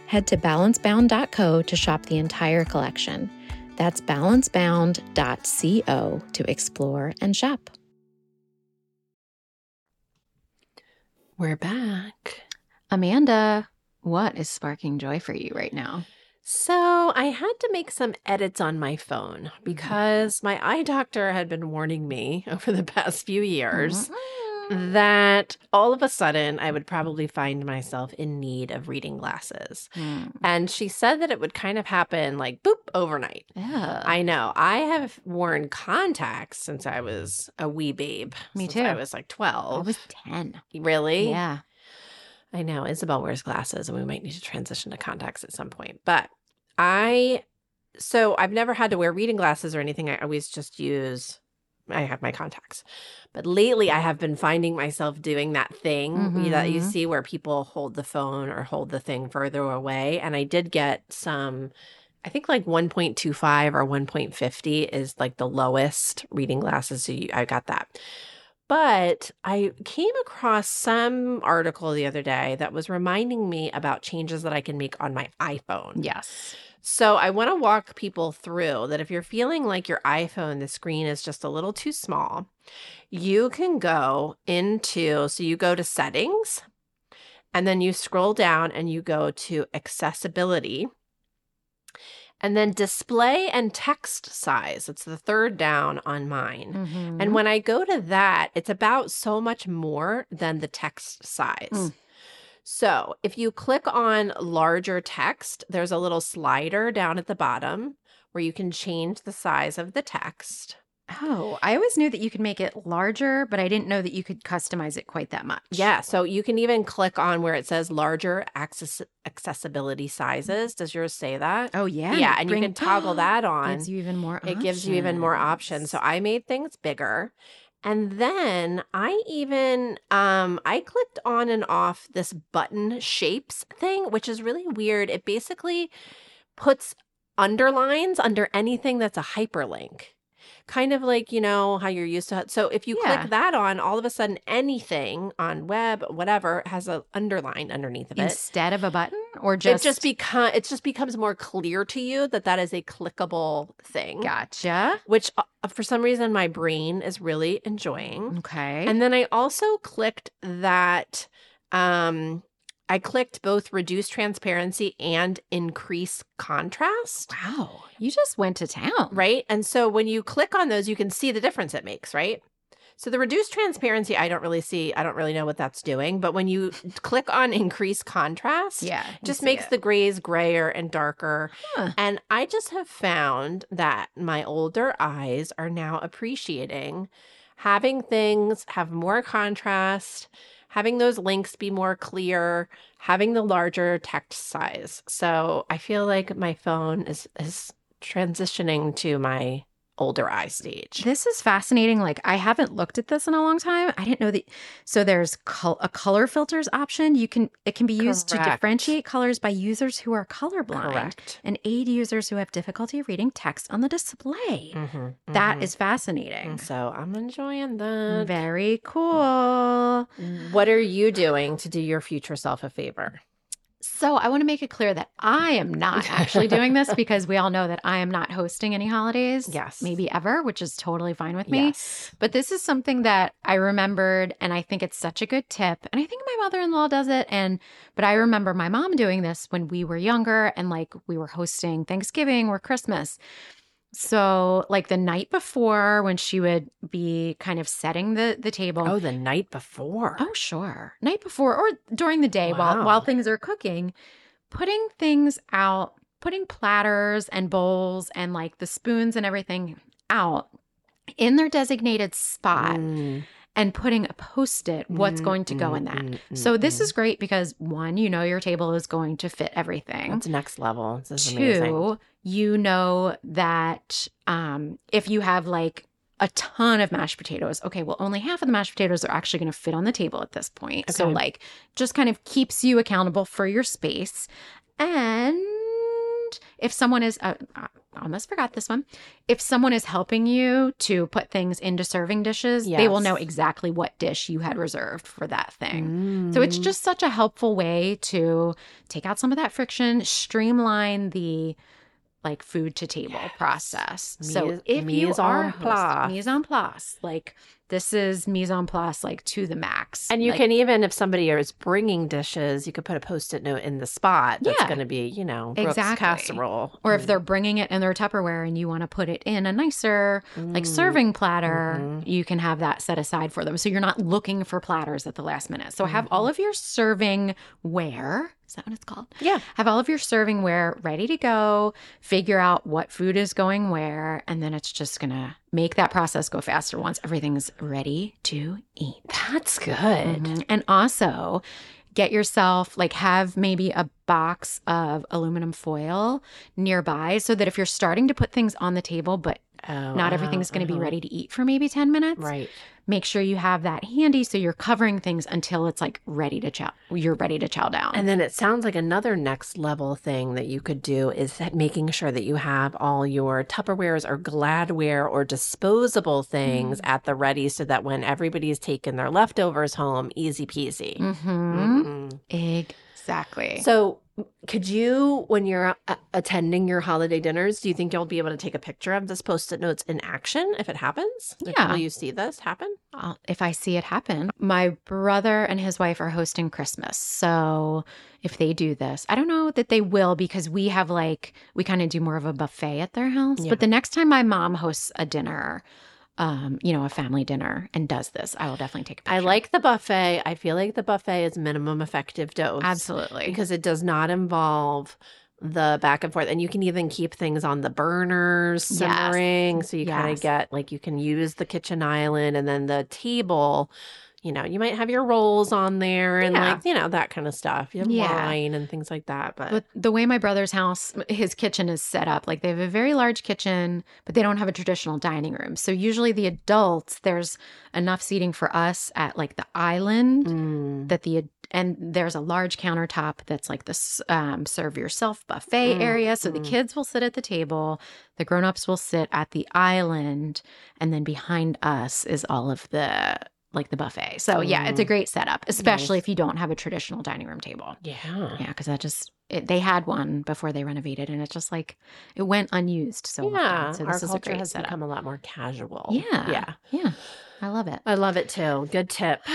Head to balancebound.co to shop the entire collection. That's balancebound.co to explore and shop.
We're back.
Amanda, what is sparking joy for you right now?
So I had to make some edits on my phone
Mm-hmm.
[LAUGHS] because my eye doctor had been warning me over the past few years
Mm-hmm.
that all of a sudden I would probably find myself in need of reading glasses.
Mm-hmm.
And she said that it would kind of happen like boop overnight.
Yeah.
I know. I have worn contacts since I was a wee babe.
Me
since I
too.
was like
I
12.
was 10.
really?
Yeah.
I know Isabel wears glasses and we might need to transition to contacts at some point. But I, so I've never had to wear reading glasses or anything. I always just use, I have my contacts. But lately I have been finding myself doing that thing you- that you
Mhm.
see where people hold the phone or hold the thing further away. And I did get some. I think like 1.25 or 1.50 is like the lowest reading glasses. So you, I got that. But I came across some article the other day that was reminding me about changes that I can make on my iPhone.
Yes.
So I want to walk people through that if you're feeling like your iPhone, the screen is just a little too small, you can go into, so you go to settings and then you scroll down and you go to accessibility and then display and text size. It's the third down on mine.
Mm-hmm.
And when I go to that, it's about so much more than the text size.
Mm.
So if you click on larger text, there's a little slider down at the bottom where you can change the size of the text.
oh, I always knew that you could make it larger, but I didn't know that you could customize it quite that much.
Yeah. So you can even click on where it says larger access- accessibility sizes. Does yours say that?
Oh, yeah.
yeah. And you
bring-
can toggle that on.
Gives you even more
It gives you even more options. So I made things bigger. And then I even um I clicked on and off this button shapes thing, which is really weird. It basically puts underlines under anything that's a hyperlink. Kind of like, you know, how you're used to so if you
Yeah.
click that on, all of a sudden anything on web, whatever, has an underline underneath of it
Instead of a button or just.
it just become it just becomes more clear to you that that is a clickable thing
[LAUGHS] Gotcha.
which uh, for some reason my brain is really enjoying
Okay.
and then i also clicked that um i clicked both reduce transparency and increase contrast
wow. You just went to town.
right and so when you click on those you can see the difference it makes right so the reduced transparency i don't really see i don't really know what that's doing but when you click on increase contrast
Yeah. you
just
see
makes
it.
the grays grayer and darker.
Huh.
And I just have found that my older eyes are now appreciating having things have more contrast, having those links be more clear, having the larger text size. So I feel like my phone is is transitioning to my older eye stage.
This is fascinating. Like I haven't looked at this in a long time. I didn't know that. So there's col- a color filters option. You can it can be used to
Correct.
differentiate colors by users who are colorblind and aid users who have difficulty reading text on the display.
Mhm,
That
mhm.
is fascinating.
And so I'm enjoying
Mm-hmm.
that.
Very cool.
What are you doing to do your future self a favor?
So I want to make it clear that I am not actually doing
[LAUGHS]
this because we all know that I am not hosting any holidays.
Yes.
Maybe ever, which is totally fine with me.
Yes.
But this is something that I remembered and I think it's such a good tip. And I think my mother-in-law does it and but I remember my mom doing this when we were younger and like we were hosting Thanksgiving or Christmas. So like the night before when she would be kind of setting the the table.
Oh, the night before.
Oh, sure. Night before or during the day
Wow.
while while things are cooking, putting things out, putting platters and bowls and like the spoons and everything out in their designated spot
Mm,
and putting a post-it what's
mm,
going to go
mm,
in that.
mm, mm,
So this
mm.
is great because one, you know your table is going to fit everything.
That's next level. This is amazing.
Two, you know that um, if you have like a ton of mashed potatoes, okay, well, only half of the mashed potatoes are actually going to fit on the table at this point. So,
Okay.
like, just kind of keeps you accountable for your space. And if someone is, uh, I almost forgot this one. If someone is helping you to put things into serving dishes, they will know
Yes.
exactly what dish you had reserved for that thing. So it's
Mm.
just such a helpful way to take out some of that friction, streamline the like food to table
Yes.
process.
Mise-
so if you
mise
are
en
host-
place.
mise en place, like This is mise en place like to the max.
And you
Like,
can even, if somebody is bringing dishes, you could put a post-it note in the spot that's
Yeah.
going to be, you know, Brooks
Exactly.
casserole, Mm.
or if they're bringing it in their Tupperware and you want to put it in a nicer like
Mm.
serving platter,
Mhm.
you can have that set aside for them. So you're not looking for platters at the last minute. So have
Mhm.
all of your serving ware. Is that what it's called?
Mm. Yeah.
Have all of your serving ware ready to go. Figure out what food is going where, and then it's just gonna make that process go faster once everything's ready to eat.
That's good. Mm-hmm.
Mhm. And also, get yourself like have maybe a box of aluminum foil nearby so that if you're starting to put things on the table but
Oh,
Mm-hmm. not
uh-huh,
everything's going to be
uh-huh.
ready to eat for maybe 10 minutes,
Right.
make sure you have that handy so you're covering things until it's like ready to chow you're ready to chow down.
And then it sounds like another next level thing that you could do is that making sure that you have all your Tupperwares or Gladware or disposable things at the ready so that when everybody's taken their leftovers home, easy peasy.
Mhm.
Mm-mm.
Exactly.
So, could you, when you're uh, attending your holiday dinners, do you think you'll be able to take a picture of this post-it notes in action if it happens? Like,
Yeah.
Will you see this happen?
I'll, if I see it happen. My brother and his wife are hosting Christmas. So if they do this, I don't know that they will because we have like, we kind of do more of a buffet at their house.
Yeah.
But the next time my mom hosts a dinner, um, you know, a family dinner and does this, I will definitely take a picture.
I like the buffet. I feel like the buffet is minimum effective dose.
Absolutely.
Because it does not involve the back and forth. And you can even keep things on the burners
Yes.
simmering. So you kind
Yes.
of get like you can use the kitchen island and then the table. You know, you might have your rolls on there and
Yeah.
like, you know, that kind of stuff. You have
Yeah.
wine and things like that. But,
But the way my brother's house, his kitchen is set up, like they have a very large kitchen, but they don't have a traditional dining room. So usually the adults, there's enough seating for us at like the island.
Mm.
that the and there's a large countertop that's like this um, serve yourself buffet
Mm,
area so the
mm.
kids will sit at the table the grown-ups will sit at the island and then behind us is all of the like the buffet so yeah it's a
Mm.
great setup especially
Nice.
if you don't have a traditional dining room table
Yeah.
yeah because that just it, they had one before they renovated and it's just like it went unused so
yeah.
often. so
Our
this is a
culture
great
has
setup
become a lot more casual.
Yeah.
Yeah.
yeah i love it
I love it too. Good tip.
[SIGHS]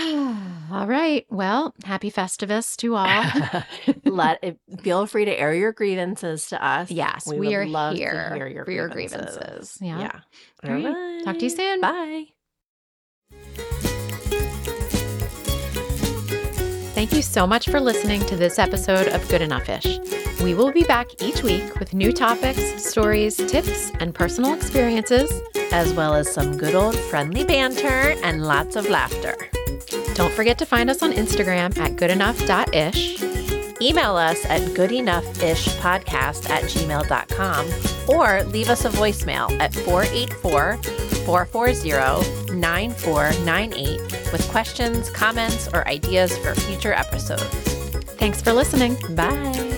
all right well happy festivus to all
[LAUGHS]
[LAUGHS]
Let it, feel free to air your grievances to us.
Yes, we,
would
are
love
here
to hear your
for your grievances. Yeah.
Yeah.
All right. Talk to you
Alright.
soon.
Bye.
Thank you so much for listening to this episode of Good Enough Ish. We will be back each week with new topics, stories, tips, and personal experiences.
As well as some good old friendly banter and lots of laughter.
Don't forget to find us on Instagram at goodenoughIsh.
Email us at goodenoughishpodcast at gmail.com or leave us a voicemail at 484 440 9498 with questions, comments, or ideas for future episodes.
Thanks for listening.
Bye.